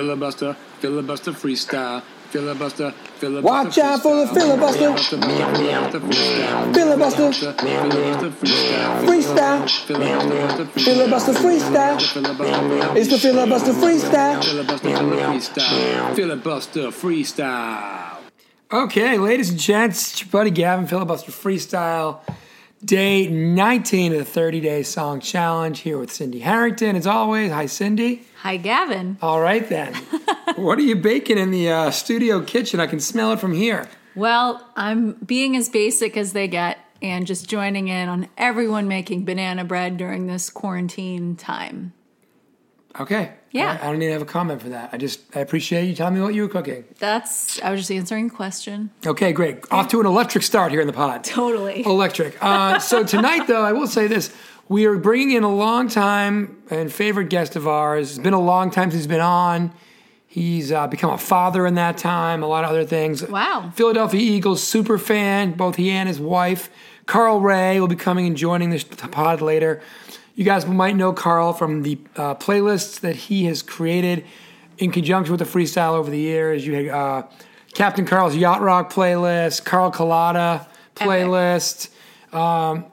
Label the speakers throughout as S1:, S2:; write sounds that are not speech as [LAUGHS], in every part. S1: Filibuster, filibuster freestyle. Filibuster, filibuster.
S2: Watch out for the filibuster.
S1: Filibuster, freestyle.
S2: Filibuster.
S1: Filibuster, freestyle. Filibuster,
S2: Freestyle. Filibuster freestyle.
S1: Filibuster,
S2: It's the filibuster freestyle.
S1: filibuster, freestyle. Filibuster, freestyle.
S3: Okay, ladies and gents, it's your buddy Gavin Filibuster Freestyle, day 19 of the 30 Day Song Challenge here with Cindy Harrington. As always, hi, Cindy.
S4: Hi, Gavin.
S3: All right,
S4: [LAUGHS]
S3: then. what are you baking in the uh, studio kitchen? I can smell it from here.
S4: Well, I'm being as basic as they get and just joining in on everyone making banana bread during this quarantine time.
S3: Okay.
S4: Yeah.
S3: I don't, I don't even have a comment for that. I just, I appreciate you telling me what you were cooking.
S4: That's, I was just answering a question.
S3: Okay, great. Off to an electric start here in the pod.
S4: [LAUGHS] Totally.
S3: Electric. Uh, so tonight, though, I will say this: we are bringing in a long time and favorite guest of ours. It's been a long time since he's been on. He's uh, become a father in that time, a lot of other things.
S4: Wow.
S3: Philadelphia Eagles super fan. Both he and his wife, Carl Ray, will be coming and joining this pod later. You guys might know Carl from the uh, playlists that he has created in conjunction with the freestyle over the years. You had uh, Captain Carl's Yacht Rock playlist, Carl Collada playlist, um,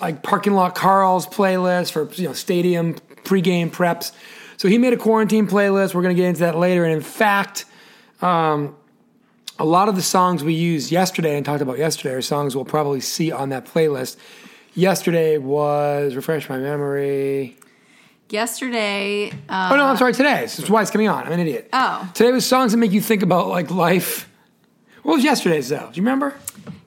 S3: like Parking Lot Carl's playlist for you know stadium pregame preps. So he made a quarantine playlist. We're going to get into that later. And in fact, a lot of the songs we used yesterday and talked about yesterday are songs we'll probably see on that playlist. Yesterday was refresh my memory.
S4: Yesterday, uh,
S3: oh no, I'm sorry. Today. This is why it's coming on. I'm an idiot.
S4: Oh.
S3: Today was songs that make you think about like life. What was yesterday's though? Do you remember?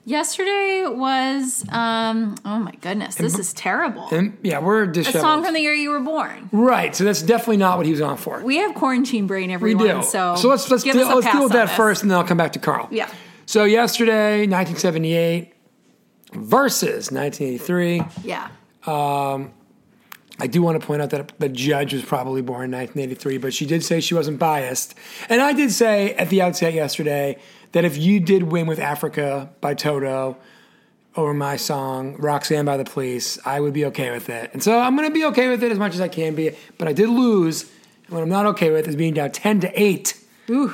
S4: yesterday was, um, oh my goodness, this is terrible.
S3: And yeah, we're
S4: A
S3: disheveled.
S4: song from the year you were born.
S3: right. So that's definitely not what he was on for.
S4: We have quarantine brain,
S3: we
S4: everyone.
S3: do.
S4: So,
S3: let's let's
S4: give
S3: deal,
S4: us a
S3: let's
S4: pass
S3: deal with
S4: on
S3: that
S4: this.
S3: first, and then I'll come back to Carl.
S4: Yeah.
S3: So yesterday, 1978 versus 1983.
S4: Yeah.
S3: I do want to point out that the judge was probably born in 1983, but she did say she wasn't biased. And I did say at the outset yesterday that if you did win with Africa by Toto over my song Roxanne by the Police, I would be okay with it. And so I'm going to be okay with it as much as I can be, but I did lose. And what I'm not okay with is being down 10 to 8.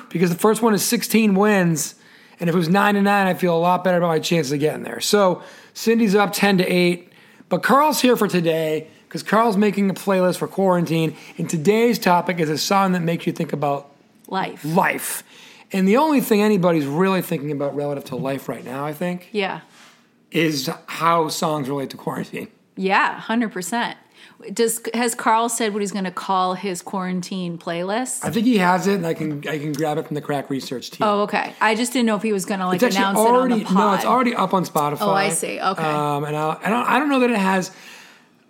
S3: Because the first one is 16 wins. And if it was 9 to 9, I feel a lot better about my chances of getting there. So Cindy's up 10 to 8. But Carl's here for today because Carl's making a playlist for quarantine. And today's topic is a song that makes you think about
S4: Life.
S3: life. And the only thing anybody's really thinking about relative to life right now, I think,
S4: Yeah.
S3: is how songs relate to quarantine.
S4: Yeah, hundred percent. Does has Carl said what he's going to call his quarantine playlist?
S3: I think he has it, and I can I can grab it from the crack research team.
S4: oh, okay. I just didn't know if he was going to like
S3: it's actually
S4: announce
S3: already
S4: it on the pod.
S3: no, it's already up on Spotify.
S4: Oh, I see. Okay.
S3: Um, and I, I don't I don't know that it has.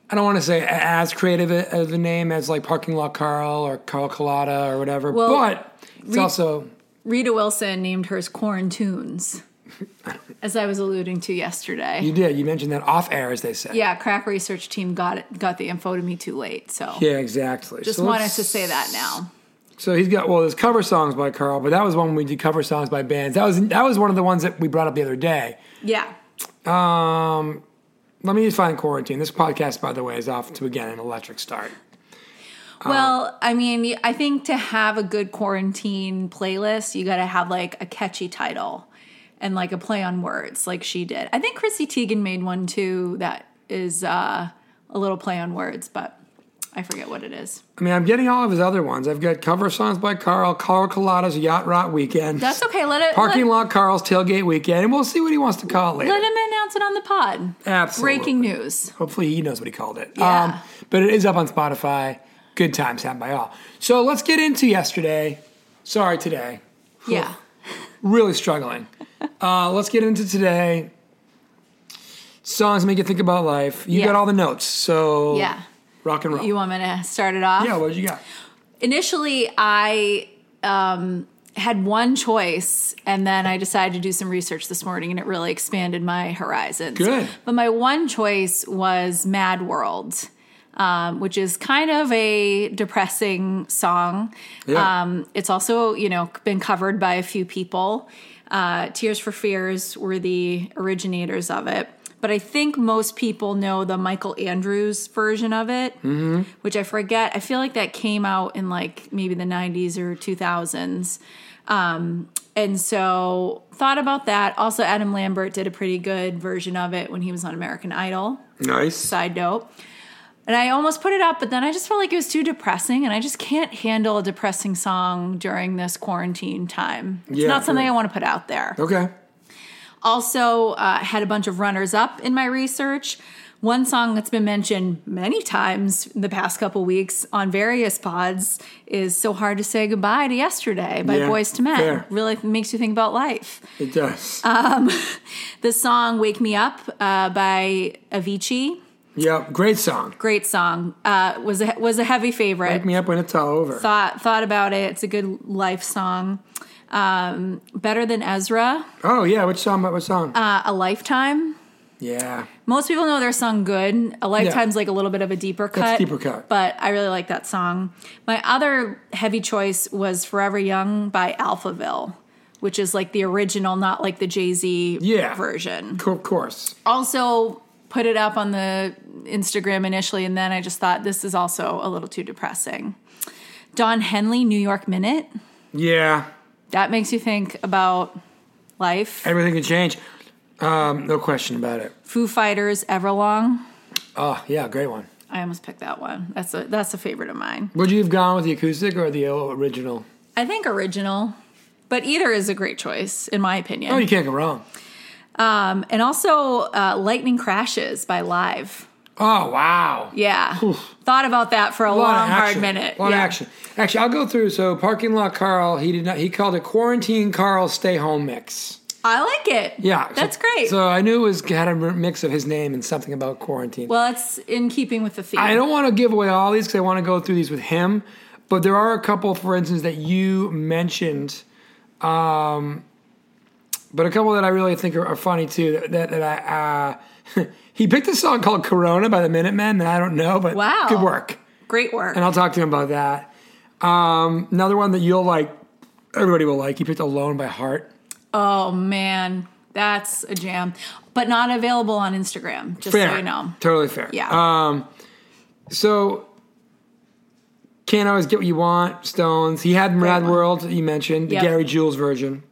S3: I don't want to say as creative a- of a name as like Parking Lot Carl or Carl Colada or whatever,
S4: Well,
S3: but it's
S4: re-
S3: also
S4: Rita Wilson named hers Quarantunes, as I was alluding to yesterday.
S3: you did you mentioned that off air as they say.
S4: yeah, crack research team got it, got the info to me too late, so
S3: Yeah, exactly.
S4: just
S3: So
S4: wanted
S3: let's-
S4: to say that now.
S3: So he's got well, there's cover songs by Carl, but that was one we did cover songs by bands. That was that was one of the ones that we brought up the other day.
S4: Yeah,
S3: Um, let me just find quarantine. This podcast, by the way, is off to again an electric start. Um,
S4: Well, I mean, I think to have a good quarantine playlist, you got to have like a catchy title and like a play on words, like she did. I think Chrissy Teigen made one too that is uh, a little play on words, but I forget what it is.
S3: I mean, I'm getting all of his other ones. I've got cover songs by Carl, Carl Collada's Yacht Rot Weekend,
S4: That's okay. Let it
S3: Parking
S4: let,
S3: Lot Carl's Tailgate Weekend, and we'll see what he wants to call it later.
S4: Let him announce it on the pod.
S3: Absolutely.
S4: Breaking news.
S3: Hopefully, he knows what he called it. Um,
S4: Yeah.
S3: but it is up on Spotify. Good times had by all. So let's get into yesterday. Sorry, today.
S4: Yeah.
S3: really struggling. [LAUGHS] Uh, let's get into today. Songs make you think about life. You
S4: Yeah.
S3: got all the notes, so
S4: Yeah.
S3: rock and roll.
S4: You want me to start it off?
S3: yeah, what you got?
S4: initially I um, had one choice, and then I decided to do some research this morning, and it really expanded my horizons.
S3: Good.
S4: But my one choice was Mad World. Um, which is kind of a depressing song.
S3: Yeah.
S4: Um, it's also, you know, been covered by a few people. Uh, Tears for Fears were the originators of it. but I think most people know the Michael Andrews version of it, mm-hmm. which I forget. I feel like that came out in like maybe the 90s or 2000s. Um, and so thought about that. Also, Adam Lambert did a pretty good version of it when he was on American Idol.
S5: Nice.
S4: Side note. And I almost put it up, but then I just felt like it was too depressing, and I just can't handle a depressing song during this quarantine time. It's
S5: Yeah,
S4: not something
S5: sure.
S4: I want to put out there.
S5: Okay.
S4: Also, uh, had a bunch of runners up in my research. One song that's been mentioned many times in the past couple weeks on various pods is So Hard to Say Goodbye to Yesterday by
S5: Yeah,
S4: Boys to Men.
S5: fair.
S4: Really makes you think about life.
S5: It does.
S4: Uh, The song Wake Me Up uh, by Avicii,
S5: yeah. Great song.
S4: great song, uh, was, a, was a heavy favorite.
S5: Pick me up when it's all over.
S4: thought, thought about it. It's a good life song. Um, Better Than Ezra,
S5: Oh yeah. Which song? What song?
S4: uh, A Lifetime.
S5: yeah.
S4: Most people know their song "Good." A Lifetime's like a little bit of a deeper cut.
S5: deeper cut.
S4: But I really like that song. My other heavy choice was "Forever Young" by Alphaville, which is like the original, not like the Jay Z
S5: Yeah.
S4: version.
S5: Co- Of course.
S4: Also, put it up on the Instagram initially, and then I just thought this is also a little too depressing. Don Henley, New York Minute.
S5: Yeah.
S4: That makes you think about life.
S5: Everything can change. Um, no question about it.
S4: Foo Fighters, Everlong.
S5: Oh yeah. Great one.
S4: I almost picked that one. That's a that's a favorite of mine.
S5: Would you have gone with the acoustic or the original?
S4: I think original, but either is a great choice in my opinion.
S5: Oh, you can't go wrong.
S4: um, and also, uh, "Lightning Crashes" by Live.
S5: Oh wow.
S4: Yeah, thought about that for a,
S5: A lot
S4: long,
S5: of action.
S4: hard minute.
S5: A lot
S4: yeah.
S5: of action. Actually, I'll go through. So, parking lot Carl. He did not. He called it quarantine Carl stay home mix.
S4: I like it.
S5: Yeah, so-
S4: that's great.
S5: So I knew it was had a mix of his name and something about quarantine.
S4: well, it's in keeping with the theme.
S5: I don't want to give away all these because I want to go through these with him. But there are a couple, for instance, that you mentioned, um, but a couple that I really think are, are funny too. That that, that I uh, [LAUGHS] he picked a song called "Corona" by the Minutemen. That I don't know, but
S4: Wow.
S5: good work.
S4: Great work.
S5: And I'll talk to him about that. Um, another one that you'll like, everybody will like. He picked "Alone" by Heart.
S4: oh man, that's a jam, but not available on Instagram. Just
S5: Fair,
S4: so you know.
S5: totally fair. Um,
S4: Yeah.
S5: So can't always get what you want. Stones. He had Mad
S4: one.
S5: World. that You mentioned the
S4: Yep.
S5: Gary Jules version.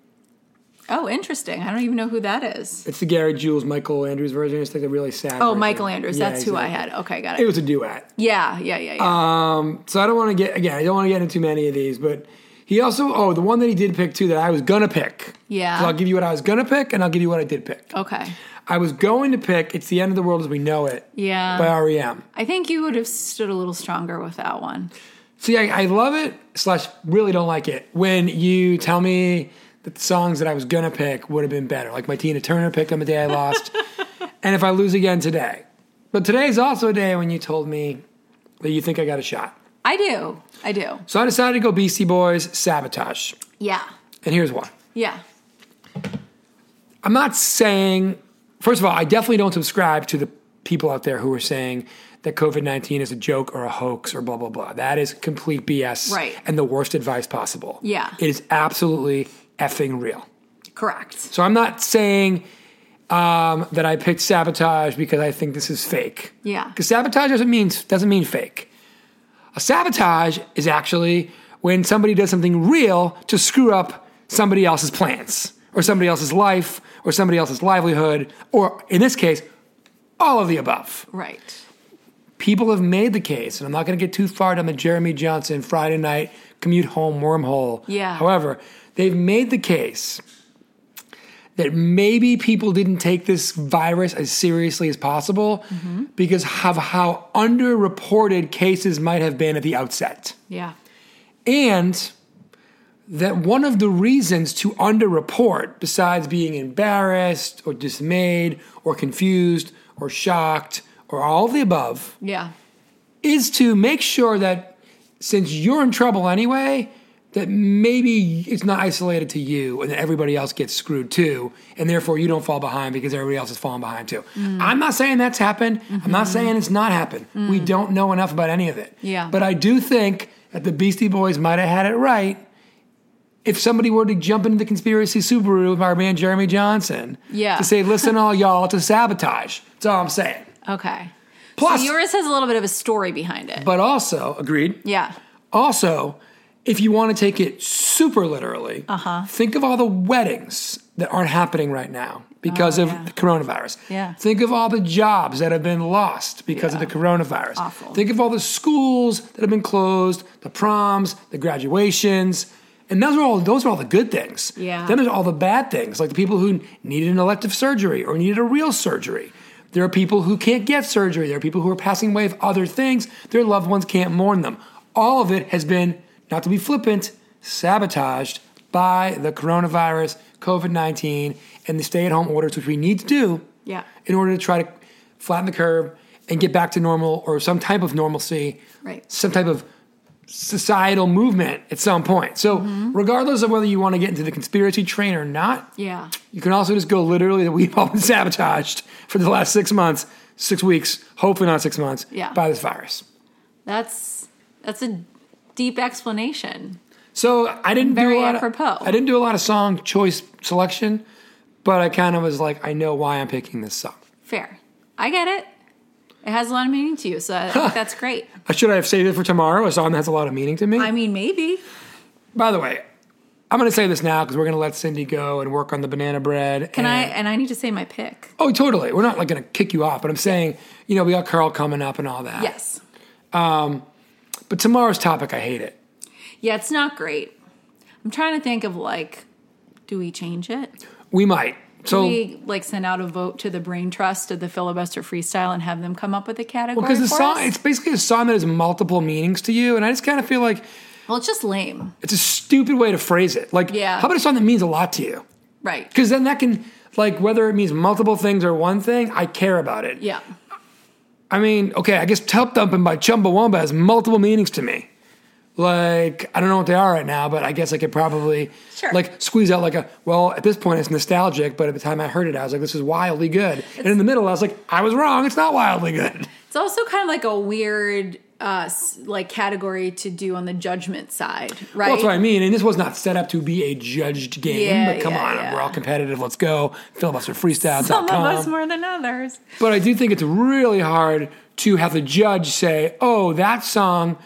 S4: oh, interesting. I don't even know who that is.
S5: It's the Gary Jules Michael Andrews version. It's like a really sad.
S4: Oh,
S5: version.
S4: Michael Andrews.
S5: Yeah,
S4: that's who I
S5: exactly.
S4: had. Okay, got
S5: It
S4: it.
S5: was a duet. Um,
S4: Yeah, yeah, yeah, yeah.
S5: So I don't want to get again. I don't want to get into too many of these, but he also oh the one that he did pick too that I was gonna pick.
S4: Yeah.
S5: So I'll give you what I was gonna pick, and I'll give you what I did pick.
S4: okay.
S5: I was going to pick "It's the End of the World as We Know It"
S4: Yeah.
S5: by E REM.
S4: I think you would have stood a little stronger with that one.
S5: See, I, I love it slash really don't like it when you tell me that the songs that I was gonna pick would have been better. Like my Tina Turner pick on the day I lost, and if I lose again today. But today's also a day when you told me that you think I got a shot.
S4: I do. I do.
S5: So I decided to go Beastie Boys Sabotage,
S4: Yeah.
S5: and here's why.
S4: Yeah.
S5: I'm not saying, first of all, I definitely don't subscribe to the people out there who are saying that COVID 19 is a joke or a hoax or blah, blah, blah. That is complete BS
S4: Right.
S5: and the worst advice possible.
S4: Yeah.
S5: It is absolutely effing real.
S4: Correct.
S5: So I'm not saying um, that I picked sabotage because I think this is fake.
S4: Yeah.
S5: Because sabotage doesn't mean doesn't mean fake. A sabotage is actually when somebody does something real to screw up somebody else's plans or somebody else's life or somebody else's livelihood or in this case all of the above
S4: Right.
S5: people have made the case, and I'm not going to get too far down the Jeremy Johnson Friday night commute home wormhole.
S4: Yeah.
S5: However, they've made the case that maybe people didn't take this virus as seriously as possible because of how underreported cases might have been at the outset
S4: Yeah.
S5: and that one of the reasons to underreport, besides being embarrassed or dismayed or confused or shocked or all of the above,
S4: Yeah.
S5: is to make sure that since you're in trouble anyway, that maybe it's not isolated to you and that everybody else gets screwed too, and therefore you don't fall behind because everybody else is falling behind too.
S4: Mm.
S5: I'm not saying that's happened. I'm not saying it's not happened. We don't know enough about any of it.
S4: Mm-hmm. Yeah.
S5: But I do think that the Beastie Boys might have had it right if somebody were to jump into the conspiracy Subaru of our man Jeremy Johnson
S4: Yeah.
S5: to say,
S4: [LAUGHS]
S5: listen, all y'all, to sabotage. That's all I'm saying.
S4: Okay.
S5: Plus,
S4: so yours has a little bit of a story behind it.
S5: but also, agreed.
S4: yeah.
S5: Also, if you want to take it super literally,
S4: Uh-huh.
S5: think of all the weddings that aren't happening right now because of
S4: Oh, yeah.
S5: the coronavirus.
S4: Yeah.
S5: Think of all the jobs that have been lost because of
S4: Yeah.
S5: the coronavirus.
S4: Awful.
S5: Think of all the schools that have been closed, the proms, the graduations. And those are all those are all the good things.
S4: Yeah.
S5: Then there's all the bad things, like the people who needed an elective surgery or needed a real surgery. There are people who can't get surgery. There are people who are passing away of other things. Their loved ones can't mourn them. All of it has been, not to be flippant, sabotaged by the coronavirus, COVID 19, and the stay at home orders, which we need to do
S4: Yeah.
S5: in order to try to flatten the curve and get back to normal or some type of normalcy,
S4: Right.
S5: some type of societal movement at some point. So,
S4: Mm-hmm.
S5: regardless of whether you want to get into the conspiracy train or not,
S4: Yeah.
S5: you can also just go literally that we've all been sabotaged for the last six months, six weeks, hopefully not six months,
S4: Yeah.
S5: by this virus.
S4: That's that's a deep explanation.
S5: So I didn't
S4: Very
S5: do a lot
S4: apropos.
S5: Of, I didn't do a lot of song choice selection, but I kind of was like, I know why I'm picking this song.
S4: Fair. I get it. It has a lot of meaning to you, so I think that's great.
S5: Uh, Should I have saved it for tomorrow? A song that has a lot of meaning to me.
S4: I mean, maybe.
S5: By the way, I'm going to say this now because we're going to let Cindy go and work on the banana bread.
S4: Can I? And I need to say my pick.
S5: Oh, totally. We're not like going to kick you off, but I'm saying, you know, we got Carl coming up and all that.
S4: Yes.
S5: But tomorrow's topic, I hate it.
S4: Yeah, it's not great. I'm trying to think of like, do we change it?
S5: We might. So,
S4: Do
S5: because
S4: we like send out a vote to the brain trust of the filibuster freestyle and have them come up with a category?
S5: the
S4: for
S5: song,
S4: us?
S5: it's basically a song that has multiple meanings to you, and I just kind of feel like
S4: well, it's just lame,
S5: it's a stupid way to phrase it. Like,
S4: Yeah.
S5: how about a song that means a lot to you?
S4: right?
S5: Because then that can, like, whether it means multiple things or one thing, I care about it.
S4: Yeah,
S5: I mean, okay, I guess Tub Thumping by Chumbawamba has multiple meanings to me. Like, I don't know what they are right now, but I guess I could probably
S4: Sure.
S5: like squeeze out like a well, at this point it's nostalgic, but at the time I heard it, I was like, this is wildly good. and in the middle, I was like, I was wrong, it's not wildly good. [LAUGHS]
S4: it's also kind of like a weird uh s- like category to do on the judgment side, right?
S5: Well, that's what I mean. And this was not set up to be a judged game,
S4: Yeah,
S5: but come
S4: yeah,
S5: on,
S4: yeah.
S5: we're all competitive, let's go. Filibuster
S4: Some
S5: freestyle.com.
S4: of us more than others.
S5: But I do think it's really hard to have the judge say, "Oh, that song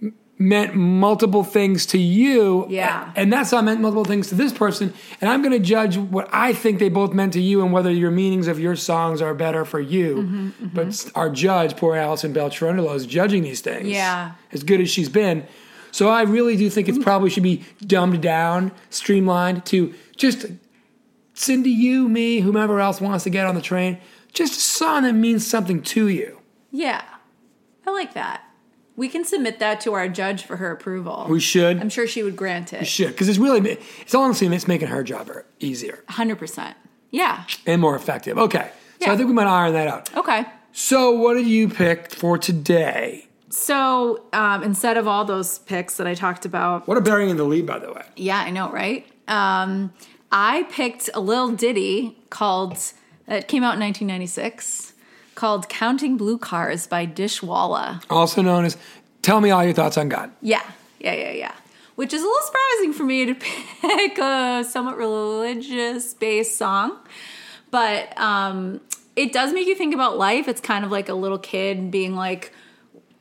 S5: m- meant multiple things to you,
S4: Yeah.
S5: and that song meant multiple things to this person, and I'm going to judge what I think they both meant to you, and whether your meanings of your songs are better for you." But s- our judge, poor Alison Beltrandolo, is judging these things,
S4: Yeah. Mm-hmm.
S5: as good as she's been. So I really do think it's probably should be dumbed down, streamlined to just Cindy, you, me, whomever else wants to get on the train, just a song that means something to you.
S4: Yeah, I like that. We can submit that to our judge for her approval.
S5: We should.
S4: I'm sure she would grant it.
S5: should. Because it's really, it's honestly, it's making her job er, easier
S4: Hundred percent. Yeah.
S5: and more effective. Okay. So I
S4: Yeah.
S5: think we might iron that out.
S4: Okay.
S5: So what did you pick for today?
S4: So um, instead of all those picks that I talked about,
S5: What a bearing in the lead, by the way.
S4: yeah, I know, right? Um, I picked a little ditty called that came out in 1996 called "Counting Blue Cars" by Dishwalla.
S5: Also known as Tell Me All Your Thoughts on God.
S4: Yeah, yeah, yeah, yeah. Which is a little surprising for me to [LAUGHS] pick a somewhat religious based song, but um, it does make you think about life. It's kind of like a little kid being like,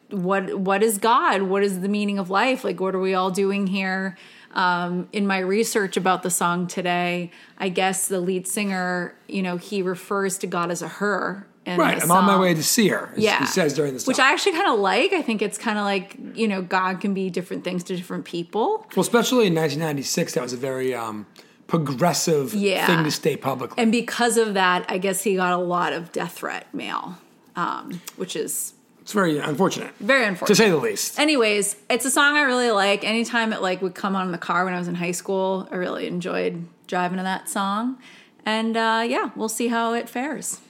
S4: "What? What is God? What is the meaning of life? Like, what are we all doing here?" Um, in my research about the song today, I guess the lead singer, you know, he refers to God as a her. In
S5: Right.
S4: the
S5: I'm on my
S4: song.
S5: way to see her. as
S4: Yeah.
S5: He says during the song.
S4: Which I actually kind of like. I think it's kind of like, you know, God can be different things to different people.
S5: well, especially in 1996, that was a very um, progressive
S4: Yeah.
S5: thing to state publicly.
S4: And because of that, I guess he got a lot of death threat mail, um, which is
S5: it's very unfortunate,
S4: very
S5: to
S4: unfortunate.
S5: say the least.
S4: Anyways, it's a song I really like. Anytime it like would come on in the car when I was in high school, I really enjoyed driving to that song. And uh, yeah, we'll see how it fares.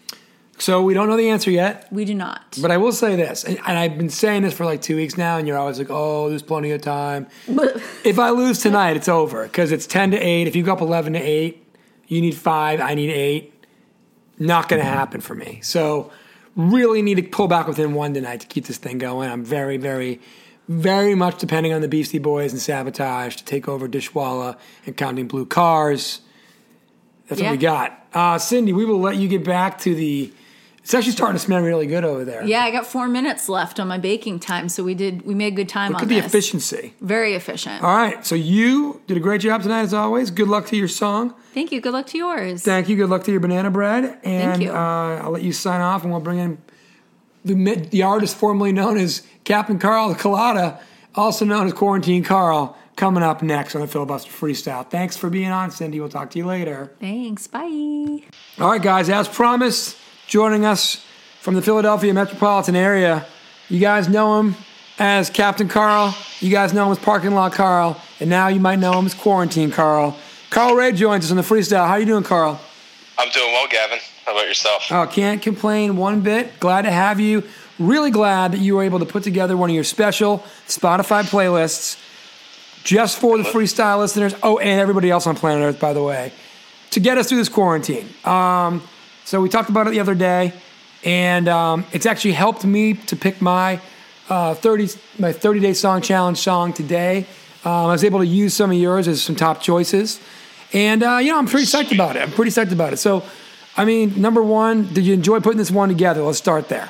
S5: So we don't know the answer yet,
S4: We do not.
S5: but I will say this, and, and I've been saying this for like two weeks now, and you're always like, "Oh, there's plenty of time." if I lose tonight, it's over because it's ten to eight. If you go up eleven to eight, you need five. I need eight. Not going to happen for me. So really need to pull back within one tonight to keep this thing going. I'm very, very, very much depending on the Beastie Boys and Sabotage to take over Dishwalla and Counting Blue Cars. That's what we
S4: Yeah.
S5: got. Uh, Cindy, we will let you get back to the. It's actually starting to smell really good over there.
S4: Yeah, I got four minutes left on my baking time, so we did we made good time
S5: Look
S4: on
S5: at the
S4: this.
S5: efficiency.
S4: Very efficient.
S5: All right, so you did a great job tonight, as always. Good luck to your song.
S4: Thank you. Good luck to yours.
S5: Thank you. Good luck to your banana bread. And
S4: you.
S5: Uh, I'll let you sign off, and we'll bring in the, mid- the artist formerly known as Captain Carl Colada, also known as Quarantine Carl, coming up next on the Filibuster Freestyle. Thanks for being on, Cindy. We'll talk to you later.
S4: Thanks. Bye.
S5: All right, guys, as promised, joining us from the Philadelphia metropolitan area, you guys know him as Captain Carl, you guys know him as Parking Lot Carl, and now you might know him as Quarantine Carl. Carl Ray joins us on the freestyle. How you doing, Carl?
S6: I'm doing well, Gavin. How about yourself?
S5: Oh, can't complain one bit. Glad to have you. Really glad that you were able to put together one of your special Spotify playlists just for the freestyle listeners. Oh, and everybody else on planet Earth, by the way, to get us through this quarantine. Um, so we talked about it the other day, and um, it's actually helped me to pick my uh, 30 my 30 day song challenge song today. Um, I was able to use some of yours as some top choices, and uh, you know I'm pretty psyched about it. I'm pretty psyched about it. So, I mean, number one, did you enjoy putting this one together? Let's start there.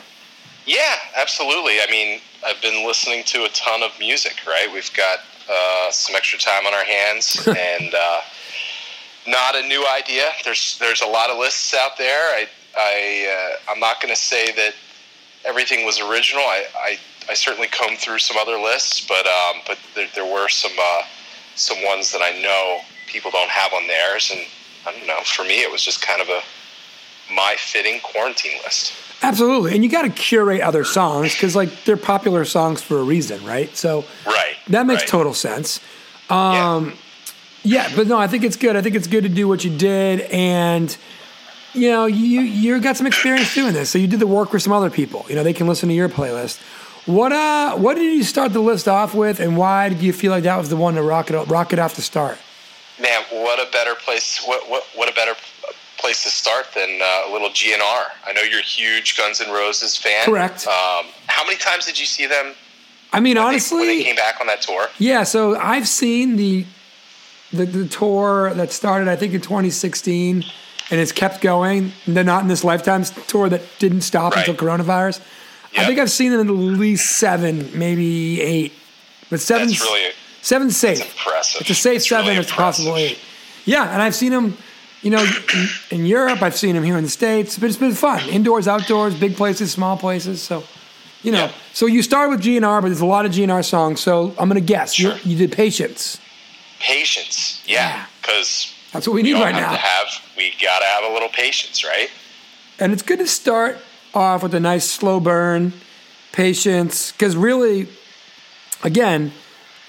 S6: Yeah, absolutely. I mean, I've been listening to a ton of music, right? We've got uh, some extra time on our hands, and uh, not a new idea. There's there's a lot of lists out there. I I uh, I'm not going to say that everything was original. I, I I certainly combed through some other lists, but um, but there, there were some uh, some ones that I know people don't have on theirs, and I don't know. For me, it was just kind of a my fitting quarantine list.
S5: Absolutely, and you got to curate other songs because like they're popular songs for a reason, right? So
S6: Right.
S5: that makes
S6: right.
S5: total sense.
S6: Yeah.
S5: Yeah, but no, I think it's good. I think it's good to do what you did, and you know, you you got some experience doing this, so you did the work for some other people. You know, they can listen to your playlist. What uh, what did you start the list off with, and why did you feel like that was the one to rock it rock it off the start?
S6: Man, what a better place! What what what a better place to start than uh, a little GNR. I know you're a huge Guns N' Roses fan.
S5: Correct.
S6: Um, how many times did you see them?
S5: I mean,
S6: when they-
S5: honestly,
S6: when they came back on that tour.
S5: Yeah, so I've seen the the, the tour that started I think in 2016 and it's kept going. The Not in This Lifetime tour that didn't stop
S6: Right.
S5: until coronavirus. I
S6: Yep.
S5: think I've seen them in at least seven, maybe eight, but seven's
S6: really-
S5: seven's safe.
S6: impressive.
S5: It's a safe
S6: It's really
S5: seven. it's possible
S6: impressive.
S5: eight. Yeah, and I've seen them, you know, in, in Europe. I've seen them here in the states. But it's been fun, indoors, outdoors, big places, small places. So, you know,
S6: Yeah.
S5: so you start with GNR, but there's a lot of GNR songs. So I'm gonna guess you-
S6: Sure.
S5: you, did Patience.
S6: Patience. Yeah, because
S5: That's what we need
S6: you don't
S5: right
S6: have
S5: now.
S6: to have. We gotta have a little patience, right?
S5: and it's good to start off with a nice slow burn, patience, because really, again,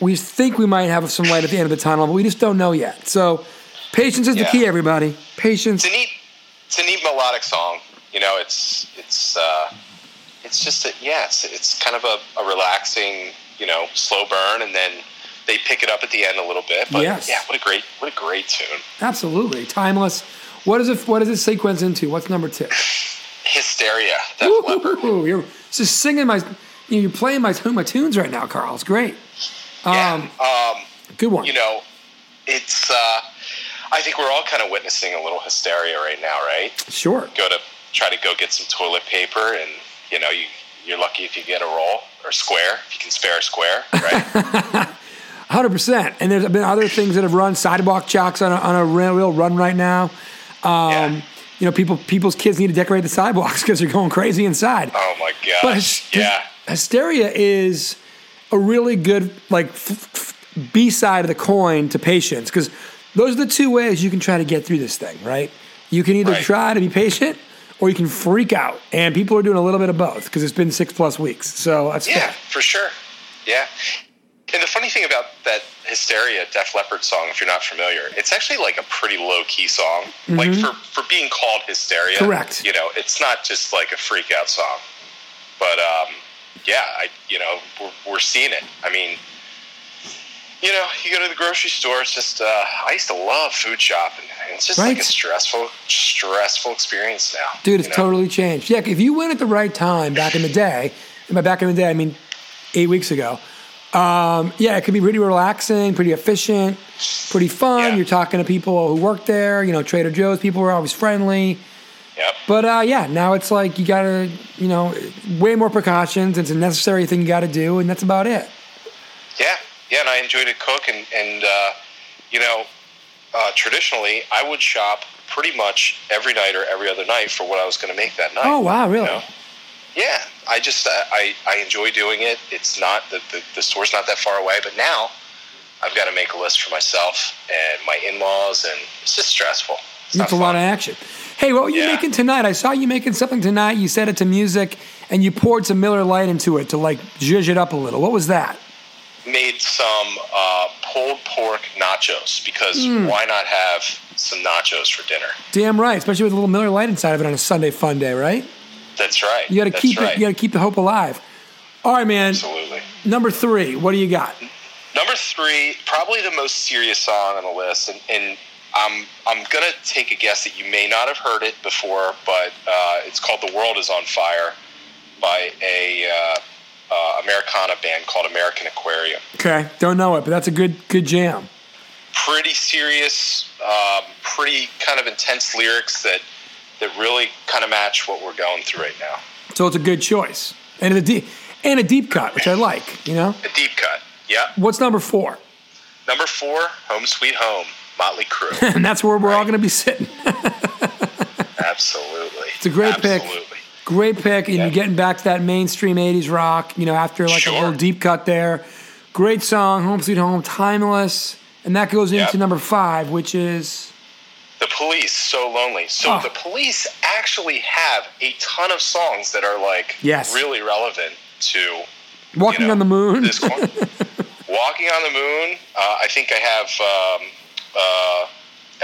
S5: we think we might have some light at the end of the tunnel, but we just don't know yet. So, patience is the
S6: Yeah.
S5: key, everybody. Patience.
S6: It's a neat. It's a neat melodic song. You know, it's it's uh, it's just a, yeah. It's it's kind of a, a relaxing, you know, slow burn, and then they pick it up at the end a little bit. But
S5: Yes.
S6: yeah, what a great what a great tune.
S5: Absolutely. Timeless. What is it what does it sequence into? What's number
S6: [LAUGHS]
S5: two?
S6: Hysteria. Def Leppard.
S5: Ooh, you're just singing my you know, you're playing my my tunes right now, Carl. It's great. Um,
S6: yeah. Um,
S5: good one.
S6: you know, it's. Uh, I think we're all kind of witnessing a little hysteria right now, right?
S5: sure.
S6: Go to try to go get some toilet paper, and you know, you you're lucky if you get a roll or square if you can spare a square,
S5: [LAUGHS]
S6: right?
S5: Hundred percent. And there's been other things that have run sidewalk chalks on a, on a real, real run right now. Um,
S6: Yeah.
S5: You know, people people's kids need to decorate the sidewalks [LAUGHS] because they're going crazy inside.
S6: Oh my gosh.
S5: But [LAUGHS] hys-
S6: yeah.
S5: hysteria is a really good like f- f- B side of the coin to patience because those are the two ways you can try to get through this thing, right? You can either
S6: Right.
S5: try to be patient or you can freak out, and people are doing a little bit of both because it's been six plus weeks, so that's
S6: Yeah,
S5: fair.
S6: for sure. Yeah. And the funny thing about that Hysteria Def Leppard song, if you're not familiar, it's actually like a pretty low key song. Like for, for being called Hysteria.
S5: Mm-hmm. Correct.
S6: You know, it's not just like a freak out song. But um, yeah, I you know, we're, we're seeing it. I mean, you know, you go to the grocery store. It's just uh, I used to love food shopping. and It's just like
S5: Right.
S6: a stressful, stressful experience now.
S5: Dude, it's
S6: you know?
S5: totally changed. Yeah, if you went at the right time back in the day, and by back in the day, I mean eight weeks ago, um, yeah, it could be pretty relaxing, pretty efficient, pretty fun.
S6: Yeah.
S5: You're talking to people who work there. You know, Trader Joe's people are always friendly.
S6: Yep.
S5: But uh, yeah, now it's like you gotta, you know, way more precautions. It's a necessary thing you gotta do, and that's about it.
S6: Yeah, yeah, and I enjoyed to cook, and and uh, you know, uh, traditionally I would shop pretty much every night or every other night for what I was going to make that night.
S5: Oh wow, really?
S6: No. Yeah, I just uh, I I enjoy doing it. It's not the, the the store's not that far away, but now I've got to make a list for myself and my in laws, and it's just stressful. It's
S5: That's a
S6: not
S5: lot of
S6: fun.
S5: action. Hey, what were you
S6: Yeah.
S5: making tonight? I saw you making something tonight. You set it to music, and you poured some Miller Lite into it to like zhuzh it up a little. What was that?
S6: made some uh, pulled pork nachos because
S5: Hmm.
S6: why not have some nachos for dinner?
S5: Damn right, especially with a little Miller Lite inside of it on a Sunday fun day, right?
S6: That's right.
S5: You gotta
S6: That's
S5: keep
S6: right.
S5: it. You gotta keep the hope alive. All right, man.
S6: Absolutely.
S5: Number three. What do you got?
S6: Number three, probably the most serious song on the list, and, and I'm I'm gonna take a guess that you may not have heard it before, but uh, it's called "The World Is on Fire" by a uh, uh, Americana band called American Aquarium.
S5: Okay, don't know it, but that's a good good jam.
S6: Pretty serious, um, pretty kind of intense lyrics that that really kind of match what we're going through right now.
S5: So it's a good choice, and it's a deep and a deep cut, which I like. You know,
S6: A deep cut. Yeah.
S5: what's number four?
S6: Number four, "Home Sweet Home," Motley
S5: [LAUGHS]
S6: Crue.
S5: And that's where we're all gonna be sitting.
S6: Absolutely. It's
S5: a great pick.
S6: Absolutely.
S5: Great pick, and you're
S6: Yeah.
S5: getting back to that mainstream '80s rock. You know, after like a
S6: Sure.
S5: little deep cut there. Great song, "Home Sweet Home," timeless, and that goes into
S6: Yeah.
S5: number five, which is
S6: The Police, so lonely. So
S5: Ah.
S6: the Police actually have a ton of songs that are like
S5: Yes.
S6: really relevant to you
S5: "Walking
S6: know,
S5: on the Moon." [LAUGHS]
S6: This one. Walking on the Moon. Uh, I think I have um, uh,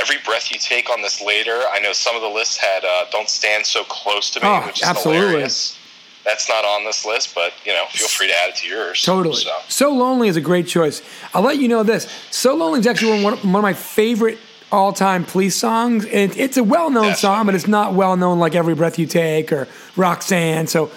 S6: Every Breath You Take on this later. I know some of the lists had uh, Don't Stand So Close to Me,
S5: Ah,
S6: which is
S5: absolutely.
S6: hilarious. That's not on this list, but you know, feel free to add it to yours.
S5: Totally.
S6: So,
S5: So. Lonely is a great choice. I'll let you know this. So Lonely is actually one, one of my favorite all time police songs. And it- it's a well known song, but it's not well known like Every Breath You Take or Roxanne. So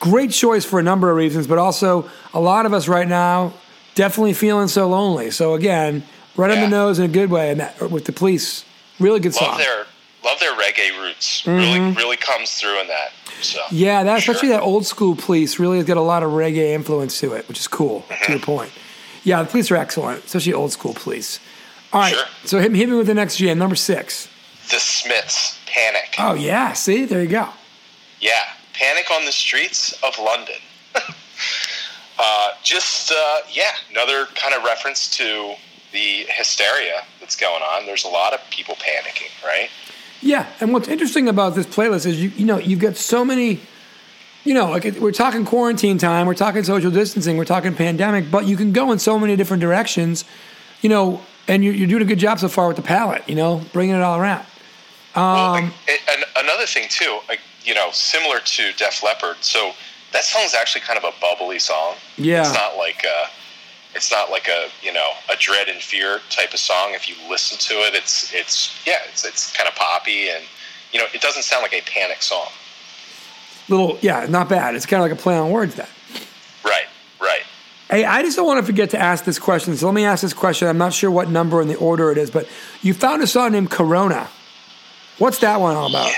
S5: great choice for a number of reasons, but also a lot of us right now definitely feeling so lonely. So again, right on
S6: Yeah.
S5: the nose in a good way and that, with the police. Really good
S6: love
S5: song.
S6: their love their reggae roots. Really, really comes through in that. So
S5: Mm-hmm. Yeah, that,
S6: sure.
S5: especially that old school police really has got a lot of reggae influence to it, which is cool. To
S6: Uh-huh.
S5: your point, yeah, the police are excellent, especially old school police. All right,
S6: Sure.
S5: so hit me, hit me with the next jam, number six.
S6: The Smiths, Panic.
S5: Oh yeah, see, there you go.
S6: Yeah, Panic on the Streets of London. [LAUGHS] uh, just, uh, yeah, another kind of reference to the hysteria that's going on. There's a lot of people panicking, right?
S5: Yeah, and what's interesting about this playlist is you you know you've got so many, you know, like it- we're talking quarantine time, we're talking social distancing, we're talking pandemic, but you can go in so many different directions, you know, and you're, you're doing a good job so far with the palette, you know, bringing it all around.
S6: Well, and, and another thing, too, like, you know, similar to Def Leppard, so that song's actually kind of a bubbly song.
S5: Yeah.
S6: It's not like a. It's not like a you know a dread and fear type of song. If you listen to it, it's it's yeah, it's it's kind of poppy and you know it doesn't sound like a panic song.
S5: Little, yeah, not bad. It's kind of like a play on words then.
S6: Right, right.
S5: Hey, I just don't want to forget to ask this question. So let me ask this question. I'm not sure what number in the order it is, but you found a song named Corona. What's that one all about?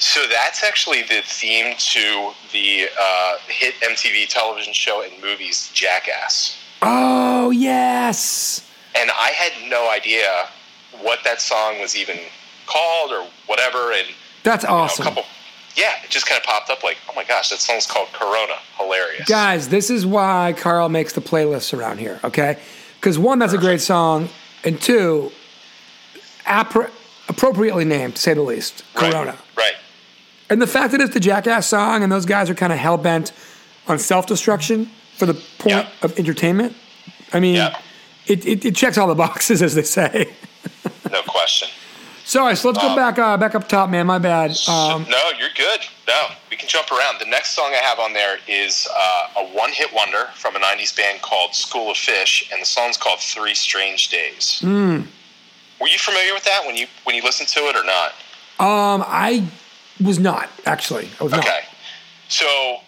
S6: So that's actually the theme to the uh, hit MTV television show and movies Jackass.
S5: Oh, yes.
S6: And I had no idea what that song was even called or whatever. And you
S5: That's
S6: know,
S5: awesome.
S6: a couple, yeah, it just kind of popped up like, oh my gosh, that song's called Corona. Hilarious.
S5: Guys, this is why Carl makes the playlists around here, okay? Because one, that's a great song, and two, appro- appropriately named, to say the least,
S6: Right,
S5: Corona.
S6: Right.
S5: And the fact that it's the Jackass song and those guys are kind of hell bent on self destruction for the point
S6: Yeah.
S5: of entertainment, I mean,
S6: Yeah.
S5: it, it, it checks all the boxes, [LAUGHS] as they say.
S6: No question.
S5: Sorry, so let's go back uh, back up top, man. My bad. Um,
S6: no, you're good. No, we can jump around. The next song I have on there is uh, a one hit wonder from a 90s band called School of Fish, and the song's called Three Strange Days. Were you familiar with that when you when you listened to it or not?
S5: um, I was not, actually. I was not.
S6: Okay. So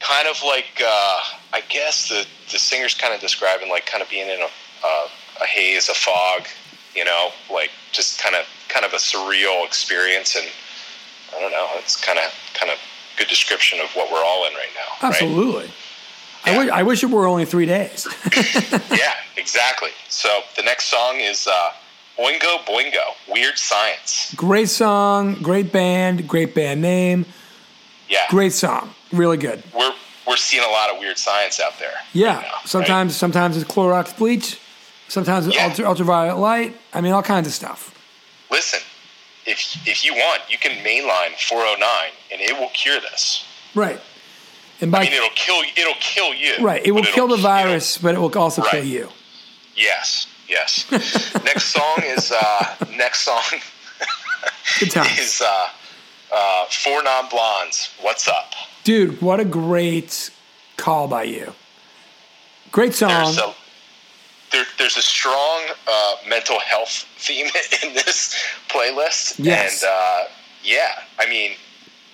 S6: kind of like uh, I guess the the singer's kind of describing like kind of being in a uh, a haze, a fog, you know, like just kind of kind of a surreal experience, and I don't know, it's kind of kind of good description of what we're all in right now. right?
S5: Absolutely. I, wish, I wish it were only three days. [LAUGHS]
S6: yeah, exactly. So the next song is uh, Boingo Boingo, Weird Science.
S5: great song, great band, great band name,
S6: Yeah,
S5: great song, really good.
S6: We're we're seeing a lot of weird science out there.
S5: Yeah.
S6: right now, right?
S5: sometimes, sometimes it's Clorox bleach, sometimes it's
S6: Yeah.
S5: ultra, ultraviolet light. I mean, all kinds of stuff.
S6: Listen, if if you want, you can mainline 409, and it will cure this.
S5: Right. And by
S6: I mean, it'll kill it'll kill you.
S5: right, it
S6: but
S5: will
S6: it'll
S5: kill the virus, but it will also kill
S6: Right.
S5: you.
S6: Yes, yes.
S5: [LAUGHS]
S6: next song is uh, next song [LAUGHS]
S5: Good times,
S6: is uh, uh, Four Non Blondes. What's up?
S5: dude. What a great call by you. Great song.
S6: there's a there, there's a strong uh, mental health [LAUGHS] theme in this playlist.
S5: Yes.
S6: And uh, yeah, I mean,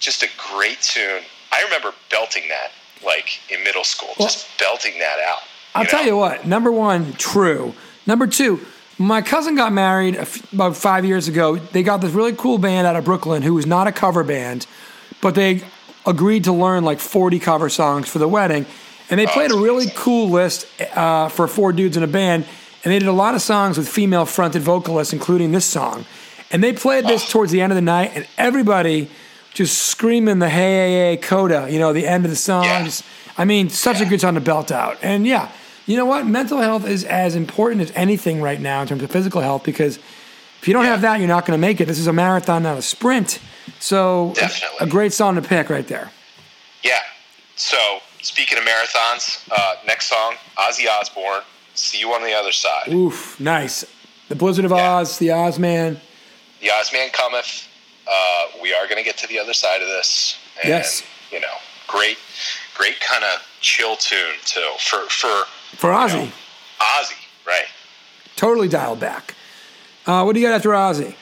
S6: just a great tune. I remember belting that like in middle school, just belting that out.
S5: I'll tell you what. Number one, true. Number two, my cousin got married a f- about five years ago. They got this really cool band out of Brooklyn who was not a cover band, but they agreed to learn like 40 cover songs for the wedding. And they played a
S6: that's
S5: really
S6: amazing.
S5: cool list uh, for four dudes in a band. And they did a lot of songs with female fronted vocalists, including this song. And they played this towards the end of the night, and everybody just screaming the hey, hey, hey, coda, you know, the end of the song.
S6: Yeah.
S5: Just- I mean, such a good time to belt out. And yeah, you know what? Mental health is as important as anything right now in terms of physical health because if you don't have that, you're not going to make it. This is a marathon, not a sprint. So, a-
S6: Definitely.
S5: a great song to pick right there.
S6: Yeah. So speaking of marathons, uh, next song, Ozzy Osbourne. See you on the other side.
S5: Oof, nice. The Blizzard of
S6: Yeah.
S5: Oz, the Oz Man.
S6: The Ozman cometh. Uh, we are going to get to the other side of this. And,
S5: Yes.
S6: You know, great, great kind of chill tune too for for
S5: For Ozzy,
S6: Ozzy, right?
S5: totally dialed back. Uh, what do you got after Ozzy?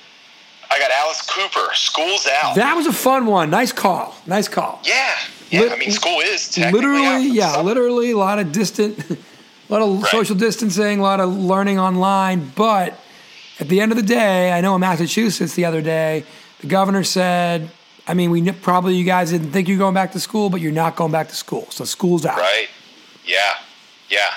S6: I got Alice Cooper. School's out.
S5: That was a fun one. Nice call. Nice call.
S6: yeah. Yeah.
S5: Lit-
S6: I mean, school is technically out
S5: literally,
S6: for the
S5: yeah,
S6: summer.
S5: literally a lot of distant, [LAUGHS] a lot of
S6: Right.
S5: social distancing, a lot of learning online. But at the end of the day, I know in Massachusetts the other day, the governor said, I mean, we kn- probably you guys didn't think you're going back to school, but you're not going back to school. So school's out.
S6: Right. Yeah. Yeah.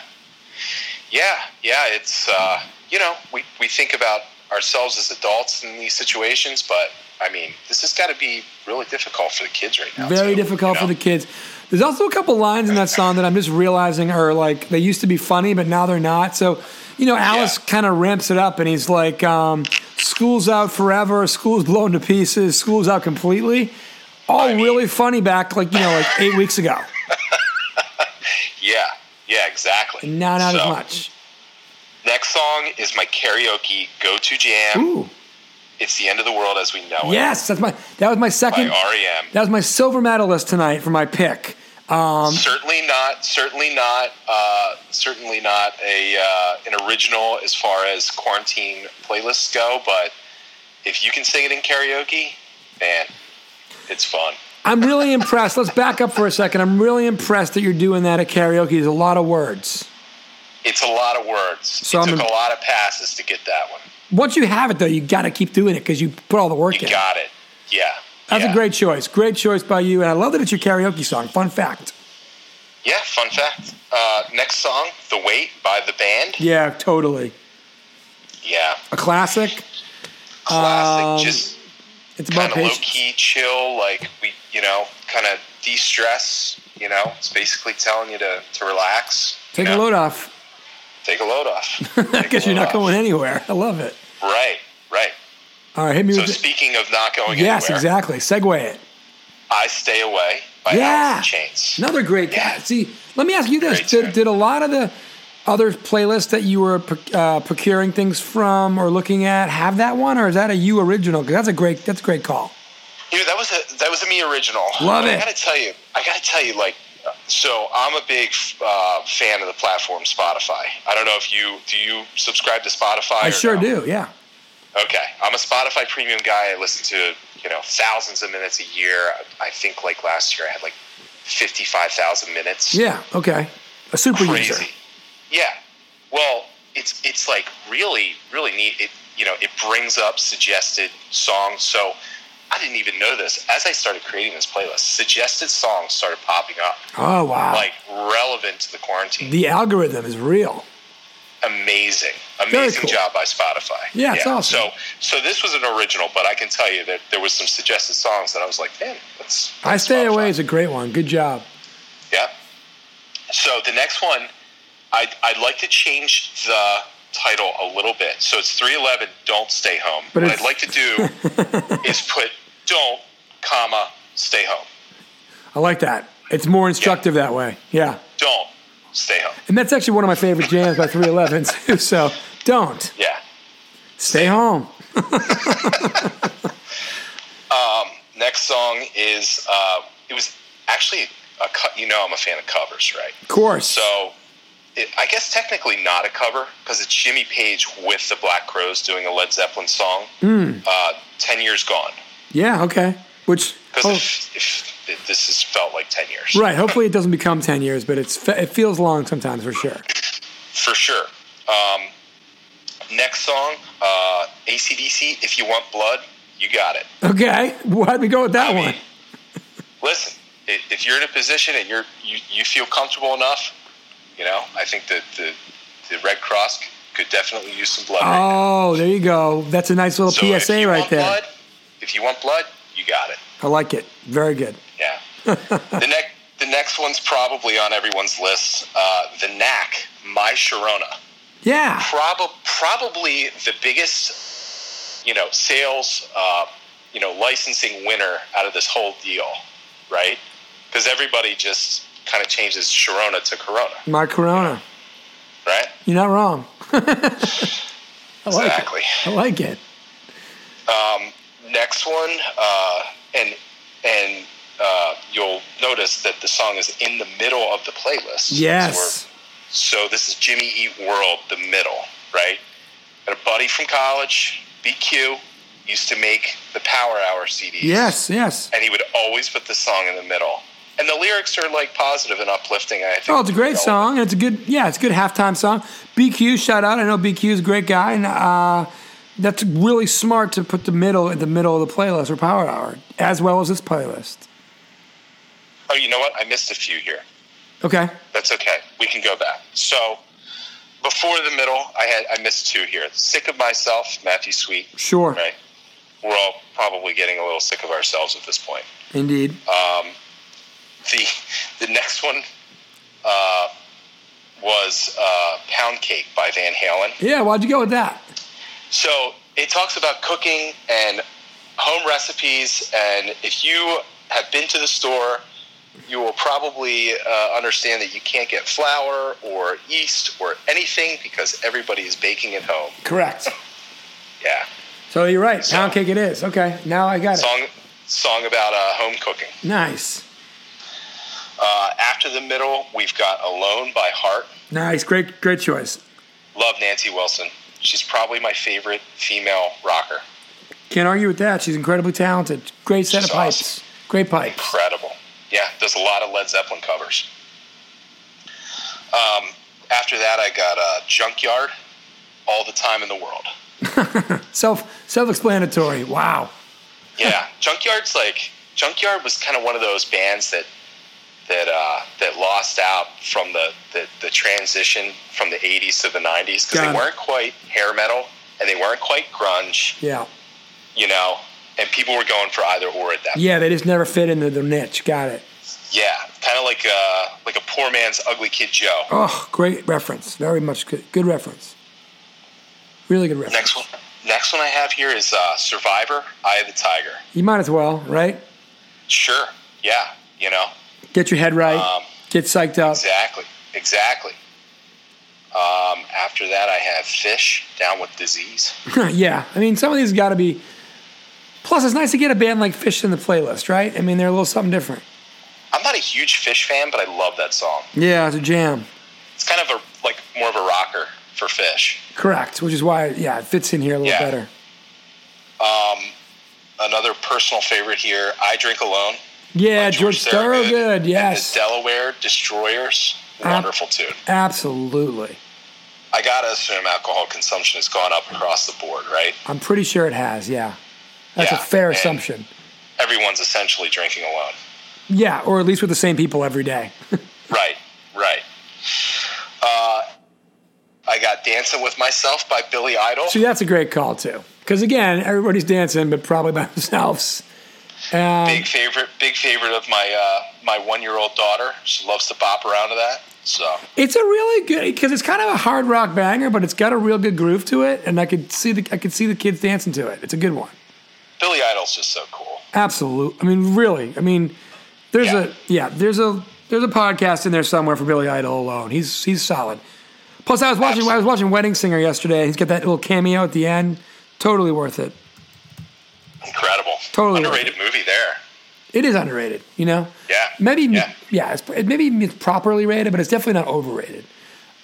S6: Yeah. Yeah. It's, uh, you know, we, we think about ourselves as adults in these situations, but I mean, this has got to be really difficult for the kids right now.
S5: Very
S6: too,
S5: difficult
S6: you
S5: for
S6: know?
S5: the kids. There's also a couple lines in that song that I'm just realizing are like they used to be funny, but now they're not. So, you know, Alice
S6: Yeah.
S5: kind of ramps it up, and he's like, um, "School's out forever. School's blown to pieces. School's out completely." All
S6: mean-
S5: really funny back, like you know, like eight weeks ago.
S6: Yeah. Yeah, exactly.
S5: Now, not as
S6: So,
S5: much.
S6: Next song is my karaoke go to jam.
S5: Ooh,
S6: It's the end of the world as we know
S5: yes, that's my that was my
S6: it. By E
S5: second.
S6: REM.
S5: That was my silver medalist tonight for my pick. Um,
S6: certainly not certainly not uh, certainly not a uh, an original as far as quarantine playlists go but if you can sing it in karaoke man it's fun
S5: I'm really [LAUGHS] impressed. Let's back up for a second. I'm really impressed that you're doing that at karaoke. There's a lot of words.
S6: it's a lot of words
S5: So
S6: it
S5: I'm
S6: took
S5: im-
S6: a lot of passes to get that one
S5: Once you have it, though, you got to keep doing it because you put all the work
S6: you
S5: in.
S6: got it yeah
S5: That's
S6: yeah.
S5: a great choice. Great choice by you. And I love that it's your karaoke song. Fun fact.
S6: yeah fun fact uh, next song the wait by the band
S5: Yeah, totally.
S6: yeah
S5: A classic.
S6: classic
S5: Um,
S6: just
S5: It's about
S6: kind of low
S5: patience.
S6: key chill, like we, you know, kind of de stress. You know, it's basically telling you to, to relax. you
S5: Take a
S6: know,
S5: load off [LAUGHS]
S6: Take a load off. Take a
S5: because you're
S6: load
S5: not
S6: off.
S5: going anywhere. I love it.
S6: Right, right.
S5: All right, hit me
S6: So
S5: with it.
S6: speaking of not going
S5: Yes,
S6: anywhere,
S5: exactly. Segue it.
S6: I stay away by
S5: Yeah.
S6: Alice in Chains.
S5: Another great cat. See, let me ask you this:
S6: Great
S5: did,
S6: tune.
S5: did a lot of the other playlists that you were proc- uh, procuring things from or looking at have that one, or is that a you original? 'Cause that's a great that's a great call.
S6: You know, that was a that was a me original.
S5: Love
S6: But
S5: it.
S6: I gotta tell you, I gotta tell you, like, so I'm a big uh, fan of the platform Spotify. I don't know if you do you subscribe to Spotify.
S5: I
S6: or
S5: sure
S6: no?
S5: do. Yeah.
S6: Okay, I'm a Spotify premium guy. I listen to you know thousands of minutes a year. I think like last year I had like fifty-five thousand minutes.
S5: Yeah. Okay. A super user.
S6: Yeah. Well, it's it's like really really neat. It you know it brings up suggested songs. So I didn't even know this. As I started creating this playlist, suggested songs started popping up,
S5: Oh wow.
S6: like relevant to the quarantine.
S5: the algorithm is real.
S6: amazing,
S5: Very
S6: amazing
S5: cool.
S6: job by Spotify.
S5: Yeah, it's awesome.
S6: So so this was an original, but I can tell you that there was some suggested songs that I was like, man, that's.
S5: I
S6: that's
S5: stay
S6: Spotify."
S5: away is a great one. Good job.
S6: Yeah. So the next one, I'd, I'd like to change the title a little bit. So it's 311, Don't Stay Home.
S5: But
S6: what
S5: it's-
S6: I'd like to
S5: [LAUGHS]
S6: do is put don't, comma, stay home.
S5: I like that. It's more instructive that way. Yeah.
S6: Don't stay home.
S5: And that's actually one of my favorite jams by 311 [LAUGHS] too. So don't
S6: Yeah.
S5: stay home.
S6: Next song is, uh, it was actually a cut. You know, I'm a fan of covers, right?
S5: Of course.
S6: So it, I guess technically not a cover because it's Jimmy Page with the Black Crows doing a Led Zeppelin song,
S5: Hmm.
S6: uh, 10 Years Gone.
S5: yeah. Okay. Which.
S6: Because
S5: Oh,
S6: if, if, if this has felt like 10 years.
S5: right. Hopefully it doesn't become 10 years, but it's fe- it feels long sometimes for sure.
S6: For sure. Um, next song, uh, ACDC, If You Want Blood, you got it.
S5: Okay. [LAUGHS] Why'd we go with that
S6: I [LAUGHS] mean,
S5: one?
S6: Listen, i- if you're in a position and you're, you, you feel comfortable enough, you know, I think that the, the Red Cross c- could definitely use some blood. right now.
S5: Oh, there you go. That's a nice little
S6: So if
S5: PSA
S6: you
S5: right
S6: want
S5: there.
S6: Blood, if you want blood, you got it.
S5: I like it. Very good. [LAUGHS]
S6: Yeah. the next the next one's probably on everyone's list. Uh, the Knack, My Sharona.
S5: Yeah.
S6: Prob- probably the biggest, you know, sales, uh, you know, licensing winner out of this whole deal, right? Because everybody just kind of changes Sharona to Corona,
S5: My Corona.
S6: right?
S5: You're not wrong. I like
S6: exactly.
S5: it. I like it.
S6: Next one, uh, and and uh, you'll notice that the song is in the middle of the playlist.
S5: Yes.
S6: So we're- So this is Jimmy Eat World, the middle, right? Got a buddy from college, BQ, used to make the Power Hour CDs.
S5: Yes, yes.
S6: And he would always put the song in the middle. And the lyrics are like positive and uplifting. and I think
S5: Oh, it's a great
S6: relevant.
S5: song, and it's a good, yeah, it's a good halftime song. BQ, shout out. I know BQ is a great guy, and uh, that's really smart to put the middle at the middle of the playlist or Power Hour, as well as this playlist.
S6: Oh, you know what? I missed a few here.
S5: Okay.
S6: That's okay. We can go back. So before the middle, I had I missed two here. Sick of myself, Matthew Sweet.
S5: Sure.
S6: Right. We're all probably getting a little sick of ourselves at this point.
S5: Indeed.
S6: Uh, The the next one uh, was uh, Pound Cake by Van Halen.
S5: yeah, why'd you go with that?
S6: So it talks about cooking and home recipes, and if you have been to the store, you will probably uh, understand that you can't get flour or yeast or anything because everybody is baking at home.
S5: Correct.
S6: Yeah,
S5: So you're right. Pound cake it is. Okay, now I got it.
S6: song song about uh, home cooking.
S5: Nice.
S6: Uh, after the middle, we've got "Alone" by Heart.
S5: Nice. Great, great choice.
S6: Love Nancy Wilson. She's probably my favorite female rocker.
S5: Can't argue with that. She's incredibly talented. Great set
S6: She's
S5: of pipes.
S6: awesome.
S5: Great pipes.
S6: incredible. Yeah, there's a lot of Led Zeppelin covers. Um, after that, I got uh, Junkyard, All the Time in the World.
S5: Self self-explanatory. Wow. [LAUGHS]
S6: Yeah, Junkyard's like Junkyard was kind of one of those bands that that uh, that lost out from the, the the transition from the '80s to the '90s because
S5: Got
S6: they
S5: it.
S6: weren't quite hair metal and they weren't quite grunge,
S5: Yeah.
S6: you know. And people were going for either or at that. point.
S5: Yeah, they just never fit into their niche. Got it.
S6: Yeah, kind of like uh, like a poor man's Ugly Kid Joe.
S5: Oh, great reference. Very much good. Good reference. Really good reference.
S6: Next one. Next one I have here is uh, Survivor, Eye of the Tiger.
S5: You might as well, right?
S6: Sure. Yeah. You know.
S5: Get your head right.
S6: Um,
S5: get psyched up.
S6: Exactly. Exactly. Um, after that, I have Fish, Down with Disease.
S5: [LAUGHS] yeah. I mean, some of these got to be. Plus, it's nice to get a band like Fish in the playlist, right? I mean, they're a little something different.
S6: I'm not a huge Fish fan, but I love that song.
S5: Yeah, it's a jam.
S6: It's kind of a like more of a rocker for Fish.
S5: Correct. Which is why, yeah, it fits in here a little
S6: Yeah.
S5: better.
S6: Another personal favorite here, I Drink Alone.
S5: Yeah,
S6: by
S5: George Thorogood,
S6: and
S5: yes. Uh-huh.
S6: the Delaware Destroyers. Wonderful tune.
S5: Absolutely.
S6: I gotta assume alcohol consumption has gone up across the board, right?
S5: I'm pretty sure it has, yeah. That's a
S6: Yeah,
S5: fair
S6: and-
S5: assumption.
S6: Everyone's essentially drinking alone.
S5: Yeah, or at least with the same people every day.
S6: Right, right. Uh, I got Dancing with Myself by Billy Idol.
S5: See, that's a great call, too. Because again, everybody's dancing, but probably by [LAUGHS] themselves. Um,
S6: Big favorite, big favorite of my uh, my one year old daughter. She loves to bop around to that. So
S5: it's a really good because it's kind of a hard rock banger, but it's got a real good groove to it, and I could see the I could see the kids dancing to it. It's a good one.
S6: Billy Idol's just so cool.
S5: Absolute. I mean, really. I mean, there's
S6: Yeah.
S5: a yeah. There's a there's a podcast in there somewhere for Billy Idol alone. He's he's solid. Plus, I was watching I was watching Wedding Singer yesterday. He's got that little cameo at the end. Totally worth it.
S6: Incredible.
S5: Totally.
S6: Underrated movie there.
S5: It is underrated. You know.
S6: Yeah.
S5: Maybe
S6: Yeah.
S5: yeah. It's, it maybe it's properly rated, but it's definitely not overrated.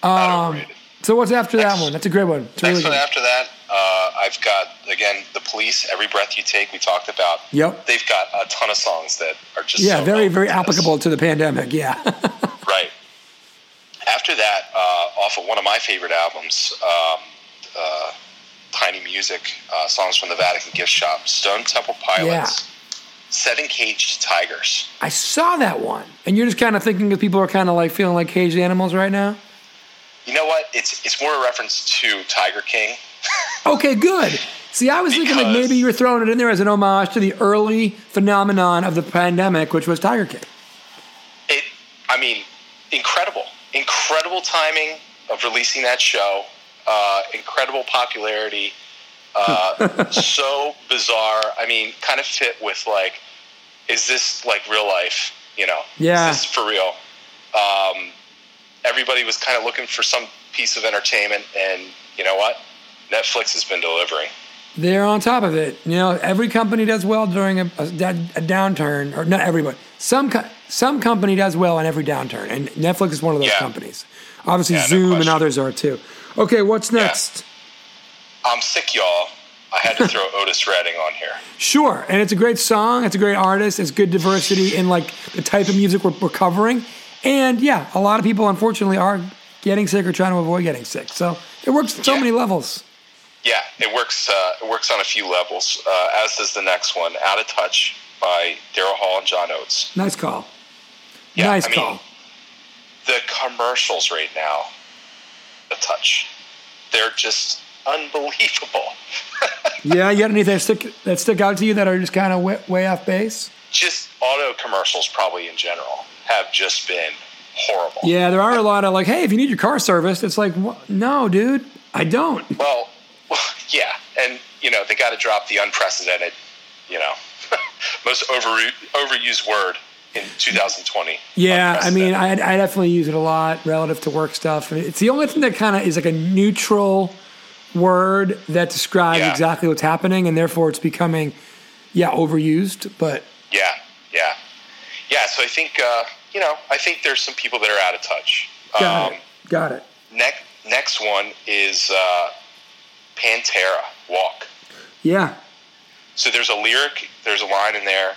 S5: Um,
S6: Not overrated.
S5: So what's after that
S6: Next.
S5: one? That's a great one. It's really
S6: Next
S5: good.
S6: one after that, uh, I've got again the police. Every breath you take, we talked about.
S5: Yep.
S6: They've got a ton of songs that are just
S5: Yeah,
S6: so
S5: very
S6: relevant
S5: very
S6: to this.
S5: applicable to the pandemic. Yeah. [LAUGHS]
S6: Right. After that, uh, off of one of my favorite albums, um, uh, Tiny Music, uh, songs from the Vatican gift shop, Stone Temple Pilots, Seven Caged Tigers.
S5: I saw that one, and you're just kind of thinking that people are kind of like feeling like caged animals right now.
S6: You know what? It's it's more a reference to Tiger King.
S5: Okay, good. See, I was thinking like
S6: Because-
S5: maybe you were throwing it in there as an homage to the early phenomenon of the pandemic, which was Tiger King.
S6: It, I mean, incredible, incredible timing of releasing that show, uh, incredible popularity, uh, so bizarre. I mean, kind of fit with like, is this like real life? You know,
S5: Yeah.
S6: is this for real? Um, everybody was kind of looking for some piece of entertainment, and you know what? Netflix has been delivering.
S5: They're on top of it. You know, every company does well during a, a, da- a downturn, or not everybody. Some co- some company does well in every downturn, and Netflix is one of those
S6: Yeah.
S5: companies. Obviously,
S6: Yeah, no
S5: Zoom and
S6: question.
S5: others are too. Okay, what's next?
S6: I'm sick, y'all. I had to throw Otis Redding on here.
S5: Sure, and it's a great song. It's a great artist. It's good diversity in like the type of music we're, we're covering. And yeah, a lot of people unfortunately are getting sick or trying to avoid getting sick. So it works on so
S6: Yeah.
S5: many levels.
S6: Yeah, it works. Uh, it works on a few levels. Uh, as does the next one, "Out of Touch" by Daryl Hall and John Oates.
S5: Nice call.
S6: Yeah,
S5: nice
S6: I mean-
S5: call.
S6: The commercials right now, "A Touch," they're just unbelievable. [LAUGHS]
S5: yeah, you got any that stick that stick out to you that are just kind of way, way off base?
S6: just auto commercials, probably in general, have just been horrible.
S5: Yeah, there are a lot of like, hey, if you need your car serviced, it's like, wha- no, dude, I don't.
S6: Well, [LAUGHS] yeah, and you know they got to drop the unprecedented, you know, [LAUGHS] most over overused word in 2020.
S5: Yeah, I mean,
S6: Unprecedented.
S5: I, I definitely use it a lot relative to work stuff. I mean, It's the only thing that kind of is like a neutral word that describes
S6: Yeah.
S5: exactly what's happening, and therefore it's becoming, yeah, overused. But
S6: Yeah, yeah, yeah. So I think uh, you know, I think there's some people that are out of touch.
S5: got
S6: Um,
S5: it, got it.
S6: next, next one is uh, Pantera Walk.
S5: Yeah,
S6: So there's a lyric, there's a line in there: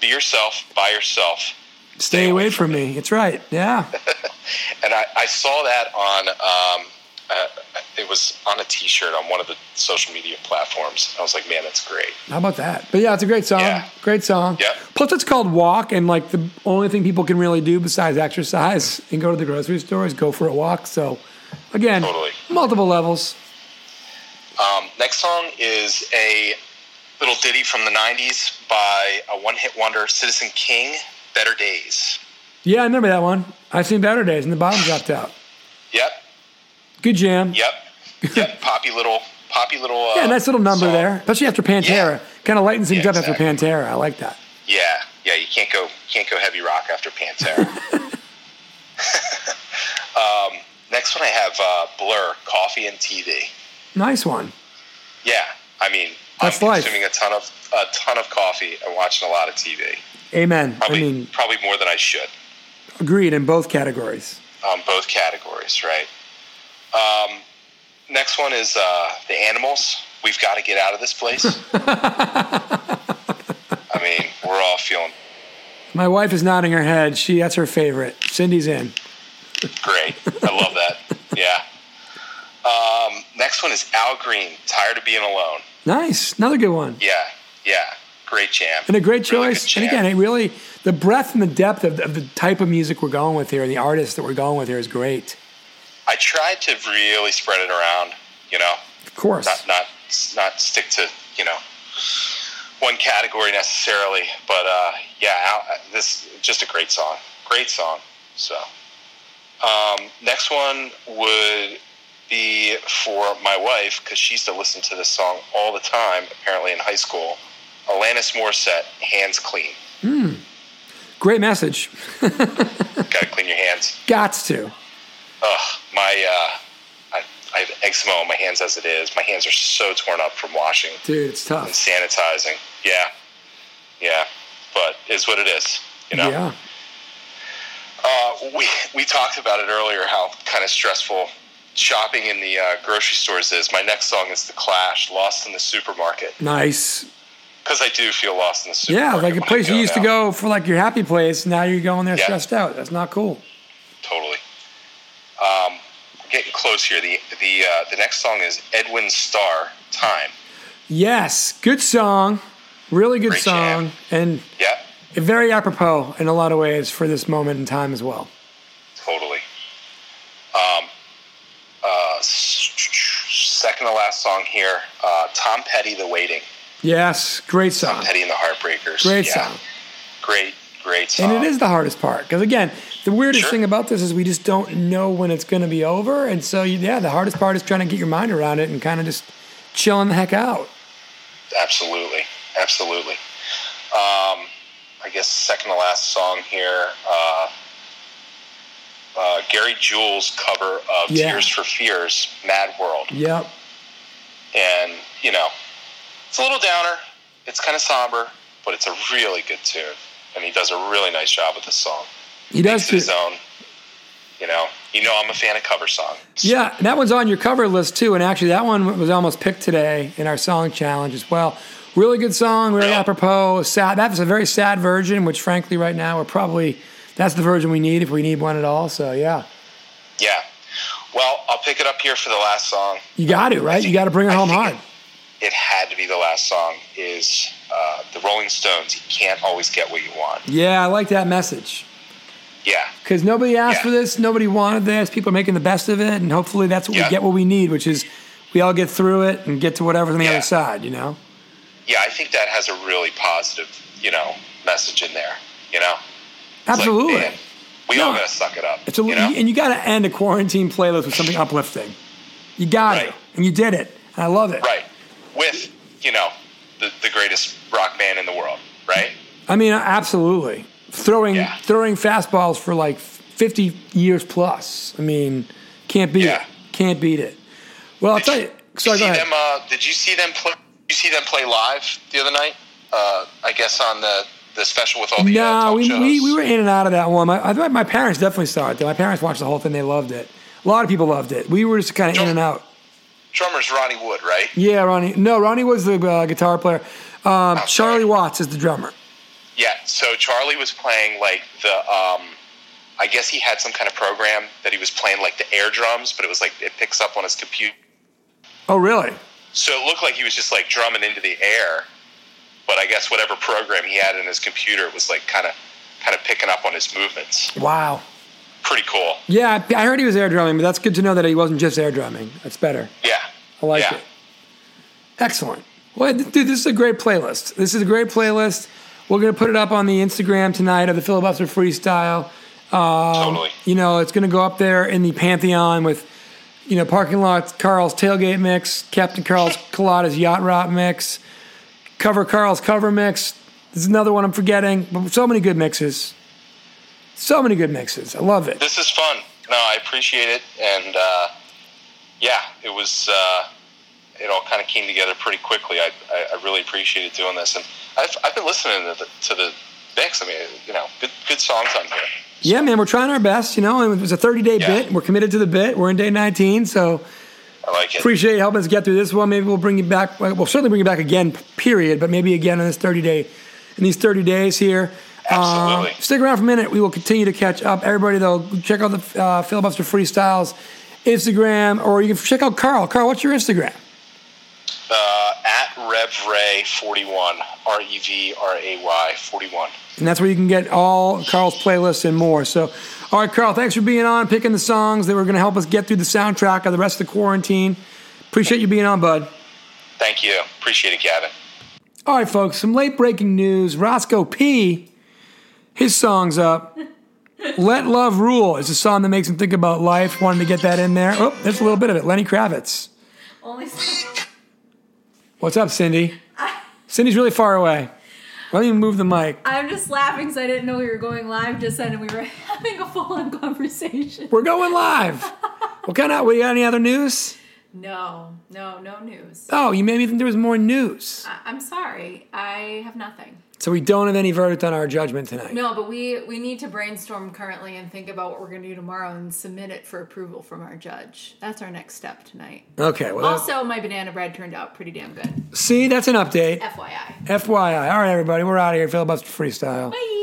S6: "Be yourself, by yourself."
S5: stay away from me. It's right. Yeah,
S6: And I, I saw that on um, uh, it was on a T-shirt on one of the social media platforms. I was like, man, that's great.
S5: how about that? But yeah, it's a great song.
S6: Yeah.
S5: Great song.
S6: Yep.
S5: Plus, it's called Walk, and like the only thing people can really do besides exercise and go to the grocery store is go for a walk. So, again,
S6: Totally.
S5: multiple levels.
S6: Um, next song is a little ditty from the '90s by a one-hit wonder, Citizen King, "Better Days."
S5: Yeah, I remember that one. I've seen better days, and the bottom dropped out.
S6: Yep,
S5: Good jam.
S6: Yep.
S5: [LAUGHS]
S6: Yep. poppy little, poppy little. Uh,
S5: Yeah, nice little number
S6: song.
S5: there, especially after Pantera.
S6: Yeah.
S5: Kind of lightens things
S6: Yeah,
S5: up after
S6: exactly.
S5: Pantera. I like that.
S6: Yeah, yeah. You can't go, can't go heavy rock after
S5: [LAUGHS]
S6: Pantera. [LAUGHS] um, next one I have uh, Blur, Coffee and TV.
S5: Nice one.
S6: Yeah, I mean,
S5: That's
S6: I'm
S5: life.
S6: consuming a ton of a ton of coffee and watching a lot of TV.
S5: Amen.
S6: Probably,
S5: I mean,
S6: probably more than I should.
S5: agreed in both categories.
S6: Um, both categories, right? Um, next one is uh, the animals. We've got to get
S5: [LAUGHS]
S6: out of this place. I mean, we're all feeling
S5: My wife is nodding her head. She that's her favorite. Cindy's in.
S6: Great. I love that. Yeah. Um, next one is Al Green, Tired of Being Alone.
S5: Nice, another good one.
S6: Yeah. Yeah. Great jam.
S5: And a great
S6: Really good
S5: choice. and
S6: jam.
S5: again, it really the breadth and the depth of, of the type of music we're going with here and the artists that we're going with here is great.
S6: I tried to really spread it around, you know,
S5: Of course.
S6: not, not, not stick to, you know, one category necessarily, but, uh, yeah, Al, this, just a great song, great song. So, um, next one would be for my wife, cause she used to listen to this song all the time, apparently in high school, Alanis Morissette, Hands Clean.
S5: Great message.
S6: Gotta clean your hands.
S5: Gots to.
S6: Ugh, my uh, I, I have eczema on my hands as it is. My hands are so torn up from washing
S5: Dude, it's
S6: and
S5: tough.
S6: sanitizing. Yeah, yeah, but it's what it is. You know,
S5: Yeah.
S6: uh, we we talked about it earlier how kind of stressful shopping in the uh, grocery stores is. My next song is The Clash, "Lost in the Supermarket,"
S5: Nice.
S6: because I do feel lost in the
S5: Yeah,
S6: supermarket.
S5: like a
S6: when I
S5: place you used to
S6: now.
S5: go for like your happy place. Now you're going there
S6: Yeah.
S5: stressed out. That's not cool.
S6: Totally. Um, getting close here. The the uh, the next song is Edwin Starr, "Time."
S5: Yes, good song. Really good
S6: Great
S5: song.
S6: jam.
S5: And
S6: Yeah.
S5: very apropos in a lot of ways for this moment in time as well.
S6: Totally. Um, uh, s- second to last song here, uh, Tom Petty, "The Waiting."
S5: Yes, great song.
S6: Petty and the Heartbreakers.
S5: Great
S6: Yeah.
S5: song.
S6: Great, great song.
S5: And it is the hardest part because again, the weirdest
S6: Sure.
S5: thing about this is we just don't know when it's going to be over, and so you, yeah, the hardest part is trying to get your mind around it and kind of just chilling the heck out.
S6: absolutely, absolutely. Um, I guess second to last song here, uh, uh, Gary Jules' cover of
S5: Yeah.
S6: "Tears for Fears," "Mad World."
S5: Yep,
S6: and you know, it's a little downer. It's kind of somber, but it's a really good tune, and he does a really nice job with this song.
S5: he does.
S6: It's his
S5: do-
S6: own. You know, you know, I'm a fan of cover songs.
S5: Yeah, and that one's on your cover list too, and actually that one was almost picked today in our song challenge as well. Really good song, really
S6: Yeah.
S5: apropos. Sad. That's a very sad version, which frankly, right now we're probably that's the version we need if we need one at all. So yeah,
S6: Yeah. Well, I'll pick it up here for the last song.
S5: you got it right. You got to bring it
S6: I
S5: home
S6: think
S5: hard.
S6: It, it had to be the last song. Is uh, the Rolling Stones? You can't always get what you want.
S5: Yeah, I like that message.
S6: Yeah.
S5: because nobody asked
S6: Yeah.
S5: for this, nobody wanted this. People are making the best of it, and hopefully that's what we
S6: Yeah.
S5: get what we need, which is we all get through it and get to whatever's on the
S6: Yeah.
S5: other side. You know,
S6: Yeah, I think that has a really positive, you know, message in there. You know, It's like,
S5: absolutely.
S6: man, we all
S5: No.
S6: gotta suck it up.
S5: it's a,
S6: you know?
S5: and you got to end a quarantine playlist with something uplifting. You got it,
S6: Right.
S5: and you did it. And I love it.
S6: Right. With, you know, the, the greatest rock band in the world, right?
S5: I mean, absolutely. Throwing
S6: Yeah.
S5: throwing fastballs for like fifty years plus. I mean, can't beat
S6: Yeah.
S5: it. Can't beat it. Well, I'll tell you. Sorry,
S6: did
S5: go
S6: you see
S5: ahead.
S6: them, uh, did you see them play you see them play live the other night? Uh, I guess on the, the special with all the uh,
S5: No,
S6: talk
S5: we,
S6: shows.
S5: we, we were in and out of that one. My, I think my parents definitely saw it. Though. My parents watched the whole thing. They loved it. A lot of people loved it. We were just kind of in and out.
S6: drummer's Ronnie Wood, right?
S5: Yeah, Ronnie. No, Ronnie was the uh, guitar player.
S6: Oh,
S5: Um, Charlie Watts is the drummer.
S6: Yeah. So Charlie was playing like the um I guess he had some kind of program that he was playing like the air drums, but it was like it picks up on his computer.
S5: Oh, really?
S6: So it looked like he was just like drumming into the air, but I guess whatever program he had in his computer was like kind of kind of picking up on his movements.
S5: Wow.
S6: Pretty cool.
S5: Yeah, I I heard he was air drumming, but that's good to know that he wasn't just air drumming. That's better.
S6: Yeah.
S5: I like
S6: yeah.
S5: it. Excellent. Well, th- dude, this is a great playlist. This is a great playlist. We're gonna put it up on the Instagram tonight of the filibuster freestyle.
S6: Totally.
S5: you know, it's going to go up there in the pantheon with, you know, parking lot Carl's tailgate mix, Captain Carl's Colada's yacht rock mix, cover Carl's cover mix. There's another one I'm forgetting, but so many good mixes. So many good mixes. I love it.
S6: This is fun. No, I appreciate it, and uh, yeah, it was. Uh, it all kind of came together pretty quickly. I, I, I really appreciated doing this, and I've, I've been listening to the, to the mix. I mean, you know, good good songs on here.
S5: Yeah, man, we're trying our best, you know, and it was a 30 day
S6: Yeah.
S5: bit. We're committed to the bit. We're in day 19, so
S6: I like it.
S5: appreciate you helping us get through this one. Maybe we'll bring you back. We'll certainly bring you back again, period, but maybe again in this 30 day, in these 30 days here.
S6: Absolutely.
S5: Stick around for a minute. We will continue to catch up. Everybody, though, check out the uh, Filibuster Freestyles Instagram, or you can check out Carl. Carl, what's your Instagram?
S6: uh, at RevRay41, R E V R A Y 41.
S5: And that's where you can get all Carl's playlists and more. So, all right, Carl, thanks for being on, picking the songs that were going to help us get through the soundtrack of the rest of the quarantine. Appreciate you being on, bud.
S6: Thank you. Appreciate it, Gavin.
S5: All right, folks, some late breaking news. Roscoe P, his song's up. Let Love Rule is a song that makes him think about life. Wanted to get that in there. Oh, there's a little bit of it. Lenny Kravitz.
S4: Only
S5: What's up, Cindy? Cindy's really far away. Let me move the mic.
S4: I'm just laughing because I didn't know we were going live just then, and we were [LAUGHS] having a full-on conversation. [LAUGHS]
S5: We're going live. What kind of? We got any other news?
S4: No, no, no news.
S5: Oh, you made me think there was more news.
S4: I- I'm sorry. I have nothing.
S5: So we don't have any verdict on our judgment tonight.
S4: No, but we we need to brainstorm currently and think about what we're going to do tomorrow and submit it for approval from our judge. That's our next step tonight.
S5: Okay. Well, that-
S4: Also, my banana bread turned out pretty damn good.
S5: see, that's an update.
S4: FYI.
S5: FYI. All right, everybody, we're out of here. Filibuster freestyle.
S4: Bye.